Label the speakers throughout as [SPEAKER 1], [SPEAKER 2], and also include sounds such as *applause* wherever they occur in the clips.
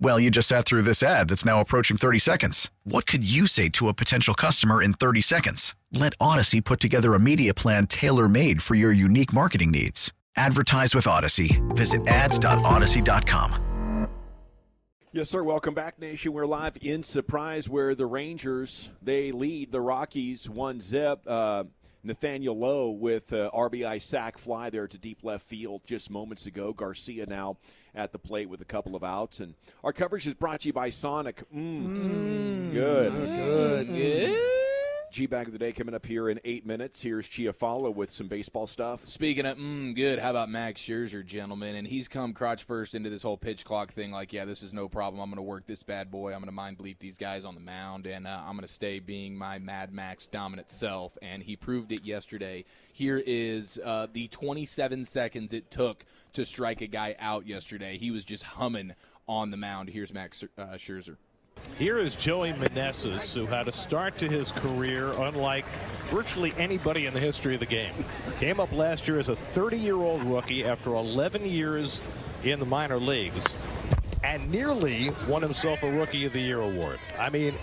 [SPEAKER 1] Well, you just sat through this ad that's now approaching 30 seconds. What could you say to a potential customer in 30 seconds? Let Odyssey put together a media plan tailor made for your unique marketing needs. Advertise with Odyssey. Visit ads.odyssey.com.
[SPEAKER 2] Yes, sir. Welcome back, Nation. We're live in Surprise, where the Rangers they lead the Rockies one zip. Uh, Nathaniel Lowe with uh, RBI sac fly there to deep left field just moments ago. Garcia now at the plate with a couple of outs, and our coverage is brought to you by Sonic. Mm, good,
[SPEAKER 3] Good, good.
[SPEAKER 2] G bag of the day coming up here in eight minutes. Here's Chiafalo with some baseball stuff.
[SPEAKER 3] Speaking of mm, good, how about Max Scherzer, gentlemen? And he's come crotch first into this whole pitch clock thing. Like, yeah, this is no problem. I'm going to work this bad boy. I'm going to mind bleep these guys on the mound, and uh, I'm going to stay being my Mad Max dominant self. And he proved it yesterday. Here is uh, the 27 seconds it took to strike a guy out yesterday. He was just humming on the mound. Here's Max uh, Scherzer.
[SPEAKER 4] Here is Joey Meneses, who had a start to his career unlike virtually anybody in the history of the game. Came up last year as a 30 year old rookie after 11 years in the minor leagues and nearly won himself a Rookie of the Year award. I mean,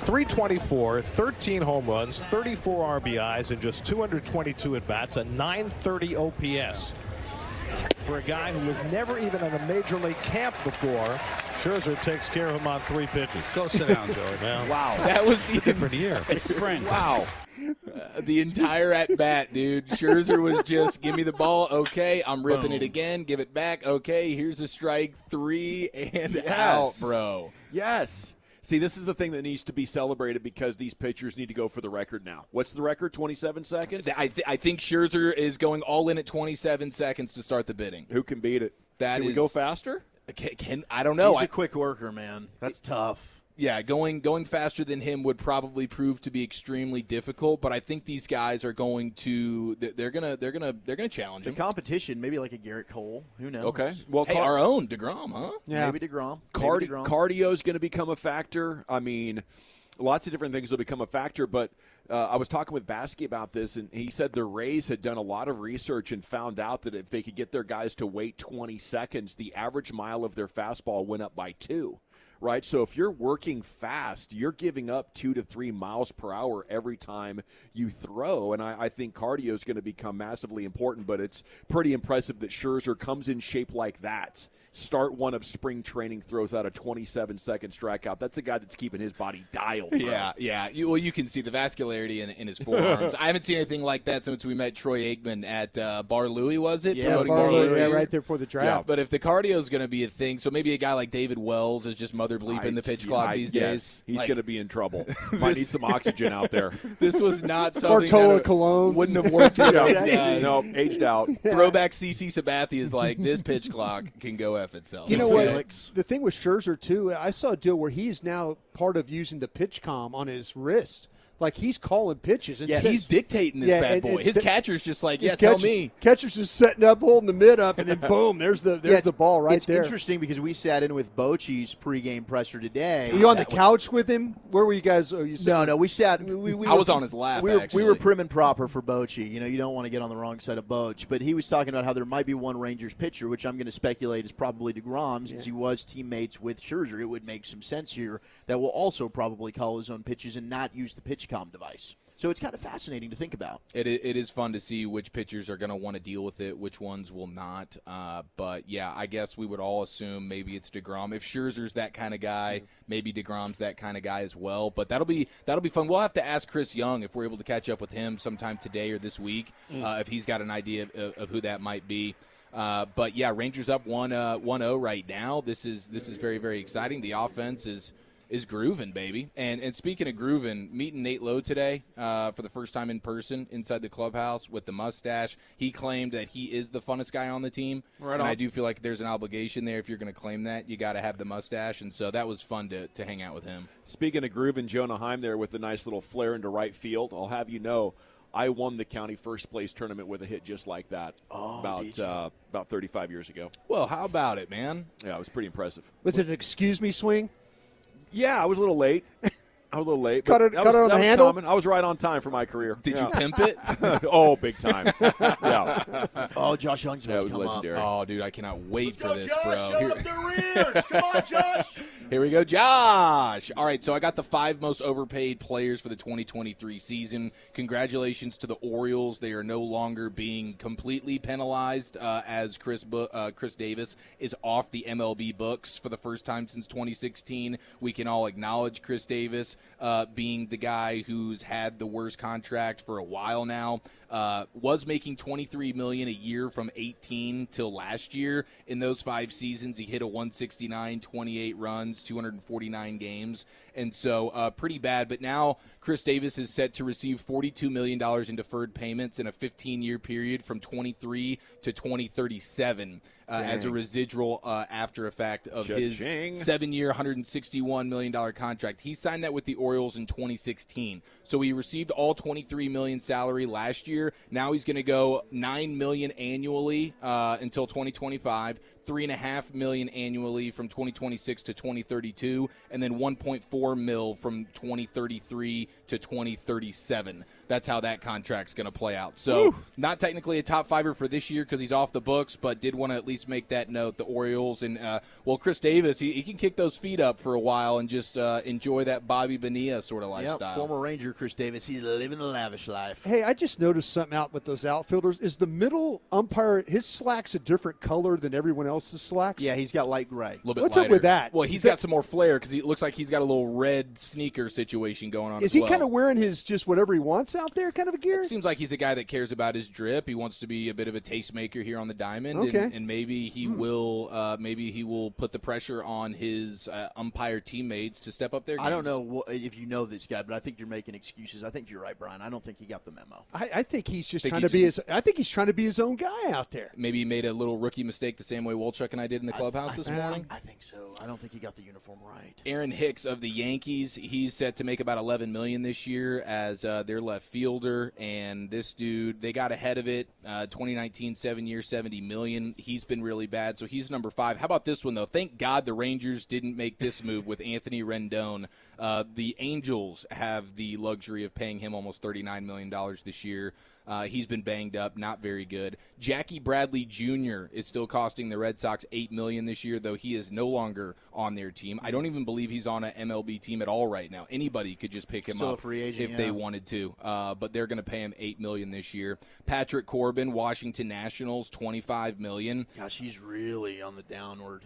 [SPEAKER 4] 324, 13 home runs, 34 RBIs, and just 222 at bats, a 930 OPS for a guy who was never even in a major league camp before. Scherzer takes care of him on three pitches.
[SPEAKER 5] Go sit down, Joey.
[SPEAKER 4] *laughs* Well,
[SPEAKER 2] Wow,
[SPEAKER 3] That was the *laughs*
[SPEAKER 4] different year.
[SPEAKER 5] It's spring.
[SPEAKER 2] wow.
[SPEAKER 3] Uh, the entire at bat, dude. Scherzer was just give me the ball, okay. I'm ripping it again, give it back, okay. Here's a strike three and out, bro.
[SPEAKER 2] Yes. See, this is the thing that needs to be celebrated because these pitchers need to go for the record now. What's the record? 27 seconds?
[SPEAKER 3] Th- I, th- I think Scherzer is going all in at 27 seconds to start the bidding.
[SPEAKER 2] Who can beat it?
[SPEAKER 3] That
[SPEAKER 2] can we
[SPEAKER 3] is-
[SPEAKER 2] go faster?
[SPEAKER 3] Can, can- I don't
[SPEAKER 2] Oh,
[SPEAKER 3] know.
[SPEAKER 5] He's
[SPEAKER 3] I,
[SPEAKER 5] a quick worker, man. That's tough.
[SPEAKER 3] yeah, going going faster than him would probably prove to be extremely difficult. But I think these guys are going to th- they're gonna they're gonna they're gonna challenge
[SPEAKER 5] The
[SPEAKER 3] him.
[SPEAKER 5] competition, maybe like a Garrett Cole. Who knows?
[SPEAKER 2] Okay. Well,
[SPEAKER 3] Hey,
[SPEAKER 2] car-
[SPEAKER 3] our own Degrom, huh?
[SPEAKER 5] Maybe DeGrom.
[SPEAKER 2] cardi-
[SPEAKER 5] Maybe DeGrom.
[SPEAKER 2] cardio is going to become a factor. I mean, lots of different things will become a factor. But uh, I was talking with Baskey about this, and he said the Rays had done a lot of research and found out that if they could get their guys to wait 20 seconds, the average mile of their fastball went up by two. Right, so if you're working fast, you're giving up two to three miles per hour every time you throw, and I, I think cardio is going to become massively important. But it's pretty impressive that Scherzer comes in shape like that start one of spring training throws out a 27 second strikeout. That's a guy that's keeping his body dialed. bro.
[SPEAKER 3] Yeah, yeah. You, well, you can see the vascularity in, in his forearms. I haven't seen anything like that since we met Troy Aikman at uh, Bar Louie, was it?
[SPEAKER 5] Yeah,
[SPEAKER 3] Promoting
[SPEAKER 5] Bar Louie,
[SPEAKER 3] Louie.
[SPEAKER 5] yeah, right
[SPEAKER 6] there for the
[SPEAKER 3] Yeah, but if the cardio is going to be a thing, so maybe a guy like David Wells is just mother bleeping the pitch
[SPEAKER 2] I-
[SPEAKER 3] clock
[SPEAKER 2] I-
[SPEAKER 3] these
[SPEAKER 2] yes,
[SPEAKER 3] days.
[SPEAKER 2] He's
[SPEAKER 3] Like,
[SPEAKER 2] going to be in trouble. Might need some oxygen out there.
[SPEAKER 3] *laughs* This was not something
[SPEAKER 6] Bartolo
[SPEAKER 3] that
[SPEAKER 6] Colon.
[SPEAKER 3] wouldn't have worked for these
[SPEAKER 2] no,
[SPEAKER 3] guys.
[SPEAKER 2] no, aged out.
[SPEAKER 3] Throwback CC Sabathia is like this pitch clock can go f itself.
[SPEAKER 6] You know what?
[SPEAKER 5] Felix.
[SPEAKER 6] The thing with Scherzer too, I saw a deal where he's now part of using the pitch com on his wrist, like he's calling pitches. And
[SPEAKER 5] Yeah,
[SPEAKER 3] He's dictating this
[SPEAKER 6] Yeah,
[SPEAKER 3] bad
[SPEAKER 6] and-
[SPEAKER 3] boy.
[SPEAKER 6] and
[SPEAKER 3] His
[SPEAKER 6] st-
[SPEAKER 3] catcher's just like, yeah,
[SPEAKER 6] his
[SPEAKER 3] tell
[SPEAKER 6] catcher-
[SPEAKER 3] me.
[SPEAKER 6] Catcher's just setting up, holding the mid up, and then boom, there's the there's
[SPEAKER 5] Yeah, it's-
[SPEAKER 6] the ball right
[SPEAKER 5] it's
[SPEAKER 6] there.
[SPEAKER 5] interesting because we sat in with Bochy's pregame presser today.
[SPEAKER 6] Were you on the
[SPEAKER 3] That was-
[SPEAKER 6] couch with him? Where were you guys? Oh, you said,
[SPEAKER 5] No, no, we sat. We, we- we
[SPEAKER 3] I
[SPEAKER 5] were-
[SPEAKER 3] was on his lap,
[SPEAKER 5] We were,
[SPEAKER 3] actually.
[SPEAKER 5] we were prim and proper for Bochy. You know, you don't want to get on the wrong side of Boch. But he was talking about how there might be one Rangers pitcher, which I'm going to speculate is probably DeGrom, since he was teammates with Scherzer. It would make some sense here that will also probably call his own pitches and not use the pitch com device. So it's kind of fascinating to think about.
[SPEAKER 3] It, i- it is fun to see which pitchers are going to want to deal with it, which ones will not. Uh, but yeah, I guess we would all assume maybe it's Degrom. If Scherzer's that kind of guy, maybe Degrom's that kind of guy as well. But that'll be that'll be fun. We'll have to ask Chris Young if we're able to catch up with him sometime today or this week, uh, if he's got an idea of, of, of who that might be. Uh, but oh yeah, Rangers up one uh, 1-0 right now. This is this is very very exciting. The offense is is grooving, baby. And and speaking of grooving, meeting Nate Lowe today uh, for the first time in person inside the clubhouse with the mustache. He claimed that he is the funnest guy on the team. Right and I do feel like there's an obligation there if you're going to claim that, you got to have the mustache. And so that was fun to, to hang out with him.
[SPEAKER 2] Speaking of Groove and Jonah Heim there with a nice little flare into right field, I'll have you know, I won the county first place tournament with a hit just like that about uh, about 35 years ago.
[SPEAKER 3] Well, how about it, man?
[SPEAKER 2] Yeah, it was pretty impressive.
[SPEAKER 6] Was it an excuse me swing?
[SPEAKER 2] Yeah, I was a little late. *laughs* I was a little late.
[SPEAKER 6] Cut
[SPEAKER 2] but
[SPEAKER 6] it-
[SPEAKER 2] that
[SPEAKER 6] cut
[SPEAKER 2] was-
[SPEAKER 6] it on
[SPEAKER 2] that
[SPEAKER 6] the
[SPEAKER 2] was
[SPEAKER 6] handle?
[SPEAKER 2] common. I was right on time for my career.
[SPEAKER 3] Did
[SPEAKER 2] Yeah.
[SPEAKER 3] you pimp *laughs* it?
[SPEAKER 2] *laughs* oh, big
[SPEAKER 3] *laughs*
[SPEAKER 2] time. yeah,
[SPEAKER 5] Oh, Josh Young's
[SPEAKER 2] that
[SPEAKER 5] about to
[SPEAKER 2] was
[SPEAKER 5] come
[SPEAKER 2] legendary.
[SPEAKER 3] Oh, dude, I cannot wait for this, bro.
[SPEAKER 5] Shut
[SPEAKER 3] Here-
[SPEAKER 5] up their ears. Come
[SPEAKER 3] *laughs*
[SPEAKER 5] on, Josh.
[SPEAKER 3] Here we go, Josh. All right, so I got the five most overpaid players for the 2023 season. Congratulations to the Orioles. They are no longer being completely penalized uh, as Chris Bu- uh, Chris Davis is off the MLB books for the first time since 2016. We can all acknowledge Chris Davis uh, being the guy who's had the worst contract for a while now. Uh, was making 23 million a year from 18 till last year. In those five seasons, he hit a 169, 28 runs, 249 games, and so uh, pretty bad. But now Chris Davis is set to receive 42 million dollars in deferred payments in a 15-year period from 23 to 2037 uh, as a residual uh, after effect of
[SPEAKER 2] Cha-ching.
[SPEAKER 3] his seven-year, 161 million dollar contract. He signed that with the Orioles in 2016, so he received all 23 million salary last year. Now he's going to go nine million annually uh, until 2025, three and a half million annually from 2026 to 2032, and then 1.4 mil from 2033 to 2037. That's how that contract's going to play out. So, not technically a top fiver for this year because he's off the books, but did want to at least make that note. The Orioles and uh, well, Chris Davis, he, he can kick those feet up for a while and just uh, enjoy that Bobby Bonilla sort of
[SPEAKER 5] Yep,
[SPEAKER 3] lifestyle.
[SPEAKER 5] former Ranger Chris Davis. He's living the lavish life.
[SPEAKER 6] Hey, I just noticed something out with those outfielders. Is the middle umpire his slacks a different color than everyone else's slacks?
[SPEAKER 5] Yeah, he's got light gray.
[SPEAKER 3] little bit
[SPEAKER 6] What's up
[SPEAKER 3] lighter.
[SPEAKER 6] with that?
[SPEAKER 3] Well, he's got some more flair because he it looks like he's got a little red sneaker situation going on.
[SPEAKER 6] Is
[SPEAKER 3] as
[SPEAKER 6] he
[SPEAKER 3] well.
[SPEAKER 6] kind of wearing his just whatever he wants out there kind of a gear?
[SPEAKER 3] It seems like he's a guy that cares about his drip. He wants to be a bit of a tastemaker here on the diamond, and,
[SPEAKER 6] Okay.
[SPEAKER 3] and maybe he will. Uh, maybe he will put the pressure on his uh, umpire teammates to step up their. Games.
[SPEAKER 5] I don't know wha- if you know this guy, but I think you're making excuses. I think you're right, Brian. I don't think he got the memo.
[SPEAKER 6] I, I think he's just
[SPEAKER 3] Think
[SPEAKER 6] trying
[SPEAKER 3] he
[SPEAKER 6] to be his. I think he's trying to be his own guy out there.
[SPEAKER 3] Maybe he made a little rookie mistake the same way Wolchuk and I did in the clubhouse this morning.
[SPEAKER 5] I think so. I don't think he got the uniform right.
[SPEAKER 3] Aaron Hicks of the Yankees, he's set to make about 11 million this year as uh, their left fielder, and this dude, they got ahead of it. Uh, 2019, seven year, 70 million. He's been really bad, so he's number five. How about this one though? Thank God the Rangers didn't make this move with Anthony Rendon. Uh, the Angels have the luxury of paying him almost 39 million dollars this year. Uh, he's been banged up, not very good. Jackie Bradley Jr. is still costing the Red Sox eight million this year, though he is no longer on their team. I don't even believe he's on an MLB team at all right now. Anybody could just pick him
[SPEAKER 5] Still a
[SPEAKER 3] up
[SPEAKER 5] free agent,
[SPEAKER 3] if they
[SPEAKER 5] yeah.
[SPEAKER 3] wanted to, uh, but they're going to pay him eight million this year. Patrick Corbin, Washington Nationals, twenty-five million.
[SPEAKER 5] Gosh, he's really on the downward.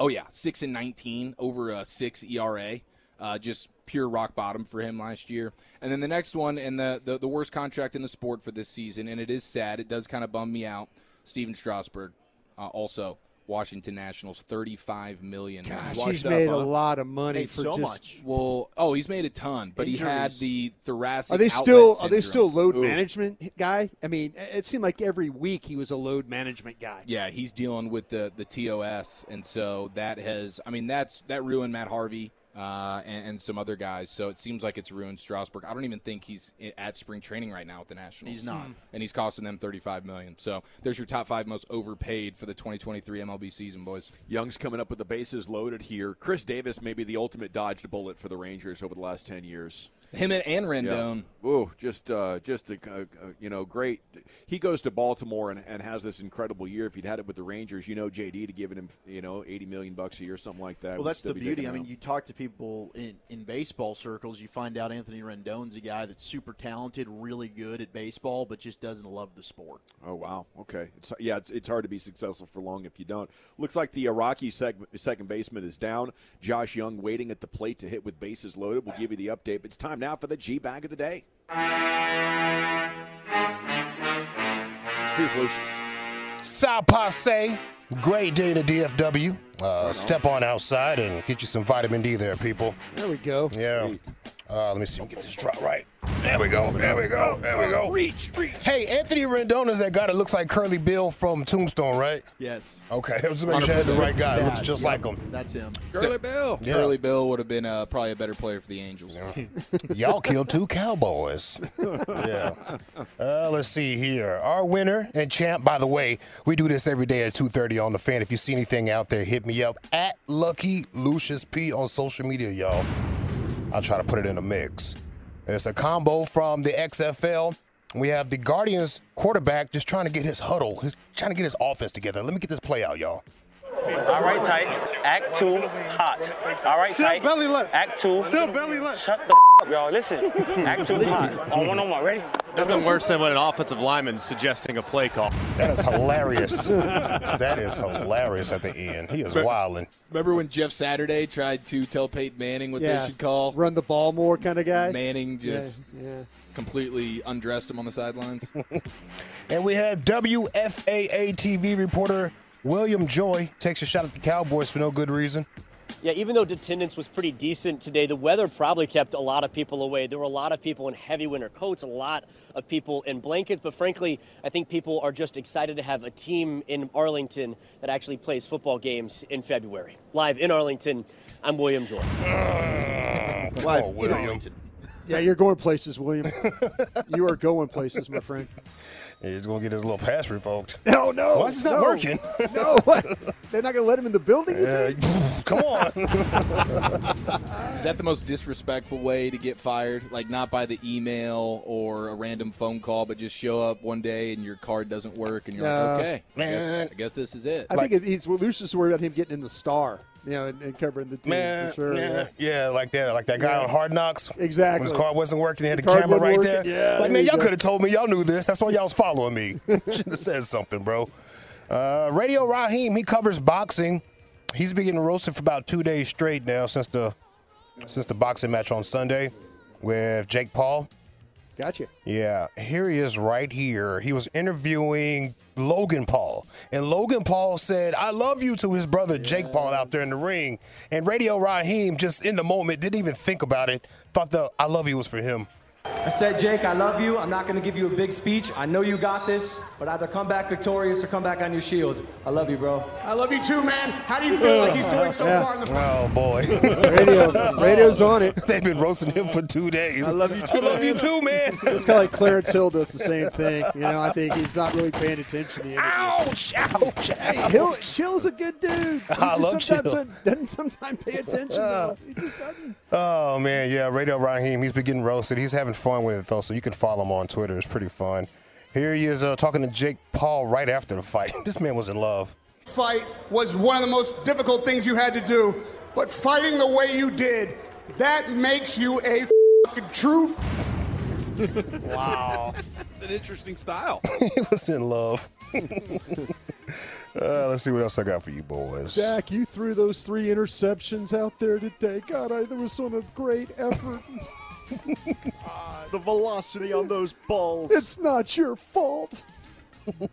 [SPEAKER 3] Oh yeah, six and nineteen over a six ERA. Uh, just pure rock bottom for him last year. And then the next one, and the, the the worst contract in the sport for this season, and it is sad. It does kind of bum me out. Steven Strasburg, uh, also Washington Nationals, thirty-five million.
[SPEAKER 2] He's washed
[SPEAKER 6] She's
[SPEAKER 2] up,
[SPEAKER 6] made
[SPEAKER 2] huh?
[SPEAKER 6] a lot of money
[SPEAKER 5] Made
[SPEAKER 6] for
[SPEAKER 5] so
[SPEAKER 6] just.
[SPEAKER 5] much.
[SPEAKER 3] Well, oh, he's made a ton, but he had
[SPEAKER 5] Injuries.
[SPEAKER 3] the thoracic.
[SPEAKER 6] Are they
[SPEAKER 3] outlet
[SPEAKER 6] still? Are they
[SPEAKER 3] syndrome.
[SPEAKER 6] still load
[SPEAKER 3] Ooh.
[SPEAKER 6] management guy? I mean, it seemed like every week he was a load management guy.
[SPEAKER 3] Yeah, he's dealing with the the TOS, and so that has. I mean, that's that ruined Matt Harvey. Uh, and, and some other guys, so it seems like it's ruined Strasburg. I don't even think he's i- at spring training right now with the Nationals.
[SPEAKER 5] He's
[SPEAKER 6] Hmm.
[SPEAKER 5] not.
[SPEAKER 3] and he's costing them thirty-five million. So there's your top five most overpaid for the 2023 MLB season, boys.
[SPEAKER 2] Young's coming up with the bases loaded here. Chris Davis may be the ultimate dodged bullet for the Rangers over the last ten years.
[SPEAKER 3] Him and, and Rendon.
[SPEAKER 2] Ooh, just uh, just a, a, a- you know, great. He goes to Baltimore and, and has this incredible year. If he'd had it with the Rangers, you know, JD to giving him you know eighty million bucks a year, something like that.
[SPEAKER 5] Well,
[SPEAKER 2] would
[SPEAKER 5] that's
[SPEAKER 2] still
[SPEAKER 5] the
[SPEAKER 2] be
[SPEAKER 5] beauty.
[SPEAKER 2] taking
[SPEAKER 5] I mean,
[SPEAKER 2] him.
[SPEAKER 5] you talk to people in, in baseball circles, you find out Anthony Rendon's a guy that's super talented, really good at baseball, but just doesn't love the sport.
[SPEAKER 2] Oh wow. Okay. It's, yeah, it's, it's hard to be successful for long if you don't. Looks like the Iraqi seg- second baseman is down. Josh Young waiting at the plate to hit with bases loaded. We'll give you the update. But it's time now for the G bag of the day. Here's Lucius.
[SPEAKER 7] Ça passe, Great day to DFW. Uh, step on outside and get you some vitamin D there, people.
[SPEAKER 6] There we go.
[SPEAKER 7] Yeah. Uh, let me see. Let me get this drop right. There we go. There we go. There we go. Reach, reach. Hey, Anthony Rendon is that guy that looks like Curly Bill from Tombstone, right?
[SPEAKER 5] Yes.
[SPEAKER 7] Okay. *laughs* Just make sure I had the right guy. Looks just like him.
[SPEAKER 5] That's him.
[SPEAKER 3] Curly Bill.
[SPEAKER 7] Yeah.
[SPEAKER 3] Curly Bill would have been uh, probably a better player for the Angels.
[SPEAKER 7] Y'all killed two cowboys. yeah. Uh, let's see here. Our winner and champ. By the way, we do this every day at 2:30 on the fan. If you see anything out there, hit me up at Lucky Lucius P on social media, y'all. I'll try to put it in a mix. It's a combo from the XFL. We have the Guardians quarterback just trying to get his huddle, his trying to get his offense together. Let me get this play out, y'all.
[SPEAKER 8] All right, tight. Act two, hot. All right, tight.
[SPEAKER 6] belly left.
[SPEAKER 8] Act two.
[SPEAKER 6] Still belly left.
[SPEAKER 8] Shut the up, y'all. Listen. Act two, hot. On one on one. Ready?
[SPEAKER 9] Nothing worse than when an offensive lineman's suggesting a play call.
[SPEAKER 7] That is hilarious. that is hilarious at the end. He is wilding.
[SPEAKER 3] *laughs* Remember when Jeff Saturday tried to tell Peyton Manning what
[SPEAKER 6] yeah.
[SPEAKER 3] they should call?
[SPEAKER 6] Run the ball more kind of guy.
[SPEAKER 3] Manning
[SPEAKER 6] Yeah,
[SPEAKER 3] just
[SPEAKER 6] yeah.
[SPEAKER 3] completely undressed him on the sidelines.
[SPEAKER 7] And we have WFAA TV reporter William Joy takes a shot at the Cowboys for no good reason.
[SPEAKER 10] Yeah, even though attendance was pretty decent today, the weather probably kept a lot of people away. There were a lot of people in heavy winter coats, a lot of people in blankets, but frankly, I think people are just excited to have a team in Arlington that actually plays football games in February. Live in Arlington, I'm William Jordan.
[SPEAKER 5] Live
[SPEAKER 7] Oh,
[SPEAKER 5] in
[SPEAKER 7] William.
[SPEAKER 5] Arlington.
[SPEAKER 6] Yeah, you're going places, William. you are going places, my *laughs* friend.
[SPEAKER 7] He's gonna get his little pass *laughs* revoked.
[SPEAKER 6] No, Oh, no.
[SPEAKER 7] Why is this not
[SPEAKER 6] no.
[SPEAKER 7] working?
[SPEAKER 6] no,
[SPEAKER 7] *laughs*
[SPEAKER 6] what? They're not going to let him in the building? you
[SPEAKER 7] Uh,
[SPEAKER 6] think?
[SPEAKER 7] come *laughs* on.
[SPEAKER 3] Is that the most disrespectful way to get fired? Like not by the email or a random phone call, but just show up one day and your card doesn't work and you're
[SPEAKER 6] No.
[SPEAKER 3] like, okay, I
[SPEAKER 7] Man.
[SPEAKER 3] guess, I guess this is it.
[SPEAKER 6] I think it, he's, well, Lucius is worried about him getting in the star, you know, and, and covering the team.
[SPEAKER 7] Man,
[SPEAKER 6] for sure, yeah.
[SPEAKER 7] yeah. yeah, like that, like that guy
[SPEAKER 6] Yeah.
[SPEAKER 7] on Hard Knocks.
[SPEAKER 6] Exactly.
[SPEAKER 7] When his car wasn't working, he had the,
[SPEAKER 6] The car
[SPEAKER 7] camera right
[SPEAKER 6] wasn't
[SPEAKER 7] there.
[SPEAKER 6] working. Yeah,
[SPEAKER 7] like
[SPEAKER 6] there
[SPEAKER 7] man,
[SPEAKER 6] you
[SPEAKER 7] y'all
[SPEAKER 6] go.
[SPEAKER 7] could have told me. Y'all knew this. That's why y'all was following
[SPEAKER 6] *laughs*
[SPEAKER 7] me. Should have said something, bro. Uh, Radio Raheem, he covers boxing. He's been getting roasted for about two days straight now since the since the boxing match on Sunday with Jake Paul.
[SPEAKER 6] Gotcha.
[SPEAKER 7] Yeah, here he is right here. He was interviewing Logan Paul, and Logan Paul said, I love you to his brother Jake Paul out there in the ring. And Radio Raheem, just in the moment, didn't even think about it, thought the I love you was for him.
[SPEAKER 8] I said, Jake, I love you. I'm not going to give you a big speech. I know you got this, but either come back victorious or come back on your shield. I love you, bro.
[SPEAKER 9] I love you too, man. How do you feel like he's doing so
[SPEAKER 6] Yeah.
[SPEAKER 9] far in the
[SPEAKER 7] Oh, boy.
[SPEAKER 6] Radio, radio's on it.
[SPEAKER 7] *laughs* They've been roasting him for two days. I
[SPEAKER 6] love you too,
[SPEAKER 7] I love you too, man.
[SPEAKER 6] It's kind of like Clarence Hill does the same thing. You know, I think he's not really paying attention to the interview.
[SPEAKER 7] ouch, ouch, ouch.
[SPEAKER 6] Hill, Chill's a good dude. He
[SPEAKER 7] *laughs* I
[SPEAKER 6] just
[SPEAKER 7] love
[SPEAKER 6] sometimes
[SPEAKER 7] Chill.
[SPEAKER 6] *laughs* Doesn't sometimes pay attention, though. He just doesn't.
[SPEAKER 7] Oh man, yeah, Radio Raheem. He's been getting roasted. He's having fun with it though, so you can follow him on Twitter. It's pretty fun. Here he is uh, talking to Jake Paul right after the fight. *laughs* This man was in love.
[SPEAKER 9] fight was one of the most difficult things you had to do, but fighting the way you did, that makes you a fucking true
[SPEAKER 2] It's an interesting style.
[SPEAKER 7] he was in love. uh, let's see what else I got for you boys.
[SPEAKER 6] Dak, you threw those three interceptions out there today. God, I, there was so a great effort.
[SPEAKER 5] *laughs* The velocity on those balls.
[SPEAKER 6] it's not your fault.
[SPEAKER 7] Uh,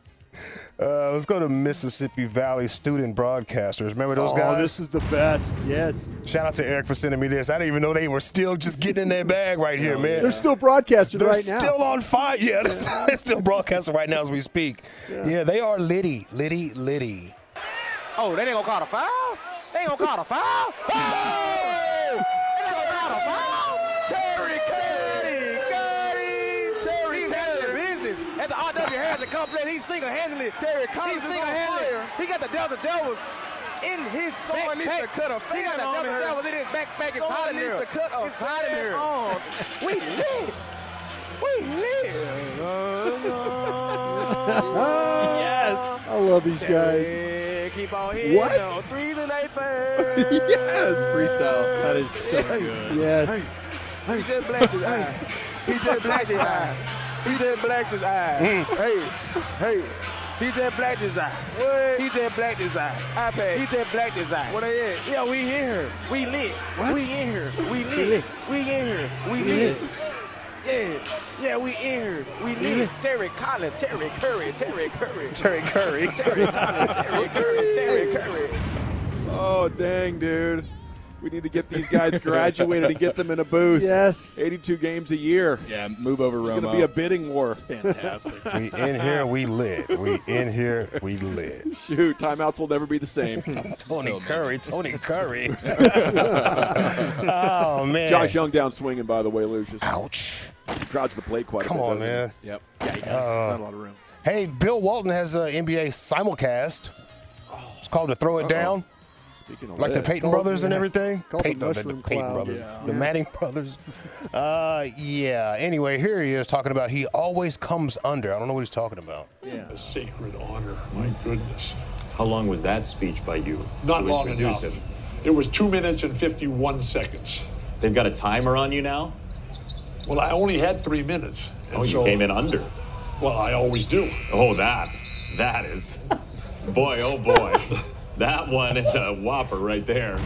[SPEAKER 7] let's go to Mississippi Valley student broadcasters. Remember those
[SPEAKER 6] Oh,
[SPEAKER 7] guys?
[SPEAKER 6] this is the best. Yes.
[SPEAKER 7] Shout out to Eric for sending me this. I didn't even know they were still just getting in their bag right here, man.
[SPEAKER 6] They're still broadcasting
[SPEAKER 7] They're
[SPEAKER 6] right
[SPEAKER 7] still on fire. Yeah, they're still, they're still broadcasting right now as we speak. Yeah, they are litty, litty, litty.
[SPEAKER 9] Oh, they ain't gonna call a foul? They ain't gonna call a *laughs* foul? Oh! They ain't gonna call a foul? Terry Cuddy, Cuddy, Terry He's handling business. At the RW Harrison Complex, he's single-handedly. Terry Collins he's single-handedly. He got the Delta Devils in his Someone needs to cut a fan He got the Delta Devils in his backpack. It's hot in here. needs to cut a it's hot in here. we live. We live. yes.
[SPEAKER 6] now. I love these guys.
[SPEAKER 9] Yeah, keep on hitting
[SPEAKER 6] What?
[SPEAKER 9] them. Threes
[SPEAKER 6] *laughs*
[SPEAKER 9] and they fair.
[SPEAKER 3] Freestyle.
[SPEAKER 9] That is so
[SPEAKER 6] Yes.
[SPEAKER 9] He just blacked his eye. He just blacked his eye. He just blacked his eye. *laughs* Hey, hey. He just blacked his eye. What? He just blacked his eye. iPad. He just blacked his eye. What are you? Yeah, we in here. We lit. We in here. We lit. We in here. We lit. Yeah, yeah, we in here. We need Terry Collins, Terry Curry, Terry Curry.
[SPEAKER 11] Terry Curry.
[SPEAKER 9] Terry Collins, Terry Curry, Terry Curry.
[SPEAKER 2] Oh, dang, dude. We need to get these
[SPEAKER 8] *laughs*
[SPEAKER 2] guys graduated and get them in a booth.
[SPEAKER 6] Yes.
[SPEAKER 2] 82 games a year.
[SPEAKER 3] Yeah, move over,
[SPEAKER 2] It's going
[SPEAKER 3] Romo.
[SPEAKER 2] to be a bidding war.
[SPEAKER 3] fantastic.
[SPEAKER 7] We in here, we lit. We in here, we lit.
[SPEAKER 2] Shoot, timeouts will never be the
[SPEAKER 8] *laughs*
[SPEAKER 2] same.
[SPEAKER 7] Tony Curry, Tony Curry. oh man,
[SPEAKER 2] Josh Young down swinging, by the way, Lucius.
[SPEAKER 7] Ouch.
[SPEAKER 2] Crowds the plate quite
[SPEAKER 7] Come
[SPEAKER 2] a bit.
[SPEAKER 7] on,
[SPEAKER 2] doesn't
[SPEAKER 7] man.
[SPEAKER 2] he? Yep.
[SPEAKER 5] Not a lot of room.
[SPEAKER 7] Hey, Bill Walton has an NBA simulcast. It's called to throw it down,
[SPEAKER 2] Speaking of
[SPEAKER 7] like the
[SPEAKER 2] that,
[SPEAKER 7] Peyton
[SPEAKER 6] Called-
[SPEAKER 7] brothers and
[SPEAKER 6] yeah.
[SPEAKER 7] everything.
[SPEAKER 6] Called the
[SPEAKER 7] Peyton, no,
[SPEAKER 6] Mushroom
[SPEAKER 7] Peyton
[SPEAKER 6] Cloud.
[SPEAKER 7] brothers,
[SPEAKER 6] Yeah.
[SPEAKER 7] the Manning brothers. Uh, yeah. Anyway, here he is talking about he always comes under. I don't know what he's talking about.
[SPEAKER 5] Yeah.
[SPEAKER 12] A sacred honor, my goodness.
[SPEAKER 13] How long was that speech by you?
[SPEAKER 12] Not
[SPEAKER 13] to
[SPEAKER 12] long
[SPEAKER 13] introduce
[SPEAKER 12] enough.
[SPEAKER 13] him?
[SPEAKER 12] It was two minutes and 51 seconds.
[SPEAKER 13] They've got a timer on you now?
[SPEAKER 12] Well, I only had three minutes. and
[SPEAKER 13] Oh, you
[SPEAKER 12] so-
[SPEAKER 13] came in under.
[SPEAKER 12] Well, I always do.
[SPEAKER 13] Oh, that. That is. Boy, oh boy. that one is a whopper right there.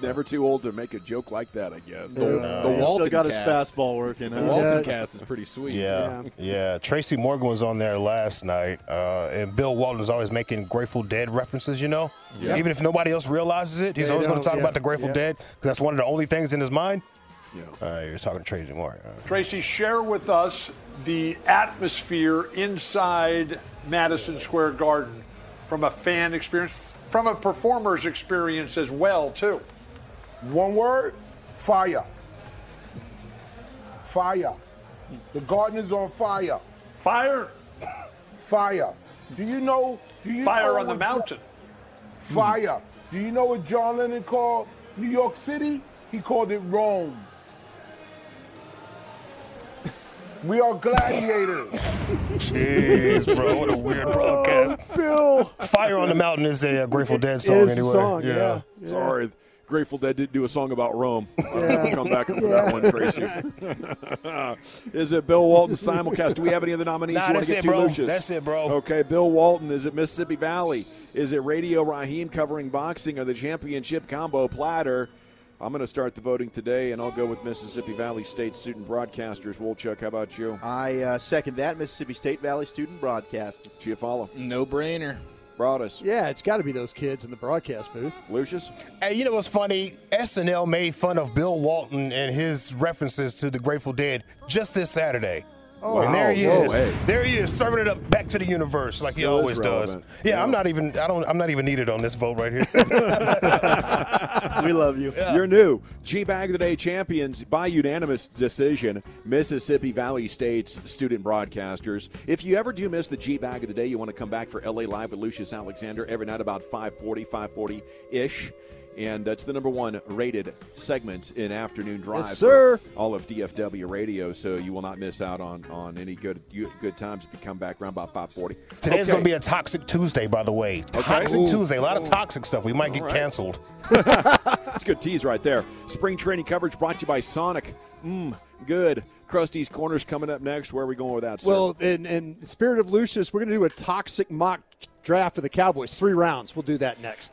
[SPEAKER 2] Never too old to make a joke like that, I guess.
[SPEAKER 5] The,
[SPEAKER 2] the Walton
[SPEAKER 5] still got
[SPEAKER 2] cast.
[SPEAKER 5] his fastball working.
[SPEAKER 3] The
[SPEAKER 5] huh?
[SPEAKER 3] Walton
[SPEAKER 6] Yeah.
[SPEAKER 3] cast is pretty sweet.
[SPEAKER 7] Yeah, yeah. Tracy Morgan was on there last night, uh, and Bill Walton is always making Grateful Dead references. You know, even if nobody else realizes it, he's
[SPEAKER 6] They
[SPEAKER 7] always going
[SPEAKER 6] don't,
[SPEAKER 7] to talk
[SPEAKER 6] yeah,
[SPEAKER 7] about the Grateful
[SPEAKER 6] yeah.
[SPEAKER 7] Dead because that's one of the only things in his mind.
[SPEAKER 2] Yeah.
[SPEAKER 7] Uh, you're talking to Tracy Morgan. Uh,
[SPEAKER 12] Tracy, share with us the atmosphere inside Madison Square Garden from a fan experience, from a performer's experience as well, too.
[SPEAKER 14] One word, fire. Fire. The garden is on fire.
[SPEAKER 12] Fire,
[SPEAKER 14] Fire. Do you know? Do you
[SPEAKER 12] fire
[SPEAKER 14] know
[SPEAKER 12] on the
[SPEAKER 14] what-
[SPEAKER 12] mountain.
[SPEAKER 14] Fire. Do you know what John Lennon called New York City? He called it Rome. We are gladiators.
[SPEAKER 7] Jeez, bro, what a weird broadcast.
[SPEAKER 6] Bill.
[SPEAKER 7] *laughs* Fire on the Mountain is a uh, Grateful Dead
[SPEAKER 6] It
[SPEAKER 7] song
[SPEAKER 6] is a
[SPEAKER 7] anyway.
[SPEAKER 6] song, yeah.
[SPEAKER 2] Sorry. Grateful Dead did do a song about Rome. I'll
[SPEAKER 6] Yeah.
[SPEAKER 2] have to come back for that one, Tracy.
[SPEAKER 6] *laughs*
[SPEAKER 2] is it Bill Walton simulcast? Do we have any other nominees
[SPEAKER 7] Nah,
[SPEAKER 2] you want
[SPEAKER 7] that's
[SPEAKER 2] to get
[SPEAKER 7] it,
[SPEAKER 2] to,
[SPEAKER 7] bro.
[SPEAKER 2] Lucius?
[SPEAKER 7] That's it, bro.
[SPEAKER 2] Okay, Bill Walton. Is it Mississippi Valley? Is it Radio Raheem covering boxing or the championship combo platter? I'm going to start the voting today, and I'll go with Mississippi Valley State student broadcasters. Wolchuk, how about you?
[SPEAKER 5] I uh, second that. Mississippi State Valley student broadcasts.
[SPEAKER 2] Chiafalo,
[SPEAKER 3] No brainer.
[SPEAKER 2] Broadus,
[SPEAKER 6] Yeah, it's got to be those kids in the broadcast booth.
[SPEAKER 2] Lucius.
[SPEAKER 7] Hey, you know what's funny? SNL made fun of Bill Walton and his references to the Grateful Dead just this Saturday. Oh, and there he
[SPEAKER 2] Wow. Whoa,
[SPEAKER 7] is.
[SPEAKER 2] hey.
[SPEAKER 7] There he is, serving it up back to the universe like he
[SPEAKER 2] Still is
[SPEAKER 7] always does.
[SPEAKER 2] relevant.
[SPEAKER 7] Yeah,
[SPEAKER 2] Yeah.
[SPEAKER 7] I'm not even. I don't. I'm not even needed on this vote
[SPEAKER 2] *laughs*
[SPEAKER 7] right here.
[SPEAKER 5] we love you.
[SPEAKER 2] You're new. G Bag of the Day champions by unanimous decision, Mississippi Valley State's student broadcasters. If you ever do miss the G Bag of the Day, you want to come back for LA Live with Lucius Alexander every night about 540, 540 ish. And that's the number one rated segment in Afternoon Drive.
[SPEAKER 6] Yes, sir.
[SPEAKER 2] for All of DFW radio, so you will not miss out on, on any good you- good times if you come back around about 540.
[SPEAKER 7] Today's
[SPEAKER 2] Okay.
[SPEAKER 7] going to be a Toxic Tuesday, by the way. Toxic
[SPEAKER 2] Ooh.
[SPEAKER 7] Tuesday. A lot of toxic stuff. We might get canceled.
[SPEAKER 2] That's a good tease right there. Spring training coverage brought to you by Sonic. Mmm, good. Krusty's Corner's coming up next. Where are we going with that, sir?
[SPEAKER 6] Well, in, in spirit of Lucius, we're going to do a toxic mock draft for the Cowboys. Three rounds. We'll do that next.